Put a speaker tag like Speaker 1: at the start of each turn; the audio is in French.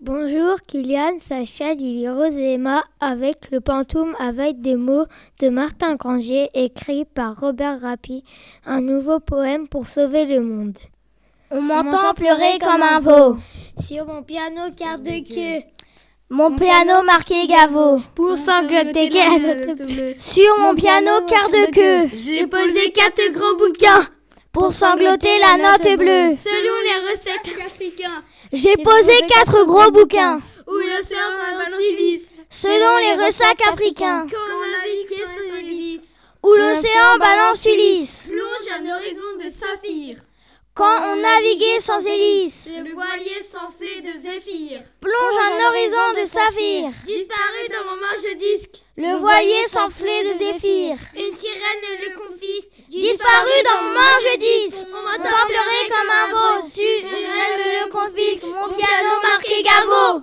Speaker 1: Bonjour Kylian, Sacha, Lily Rose et Emma avec le pantoum avec des mots de Martin Granger écrit par Robert Rappi, un nouveau poème pour sauver le monde.
Speaker 2: On m'entend pleurer comme un veau,
Speaker 1: Sur mon piano quart de
Speaker 2: euh,
Speaker 1: queue,
Speaker 2: mon piano marqué Gavo.
Speaker 1: pour sangloter qu'à notre bleu,
Speaker 2: Sur mon piano quart de queue,
Speaker 1: j'ai posé quatre gros bouquins
Speaker 2: pour sangloter la note bleue.
Speaker 1: selon les recettes africaines
Speaker 2: J'ai posé quatre gros bouquins
Speaker 1: où le cerf à balance
Speaker 2: selon les ressacs africains.
Speaker 1: quand on a piqué sur les lisses,
Speaker 2: Où l'océan balance Ulysse
Speaker 1: plonge un horizon de saphir,
Speaker 2: quand on naviguait sans hélice.
Speaker 1: le voilier s'enflait de zéphyr.
Speaker 2: Plonge un horizon de saphir,
Speaker 1: Disparu dans mon manche disque,
Speaker 2: le voilier s'enflait de zéphyr.
Speaker 1: une sirène le confisque.
Speaker 2: Disparu dans mon manche disque,
Speaker 1: On
Speaker 2: m'entend pleurer comme un veau. Suzeraine me le confisque, mon piano marqué Gavo.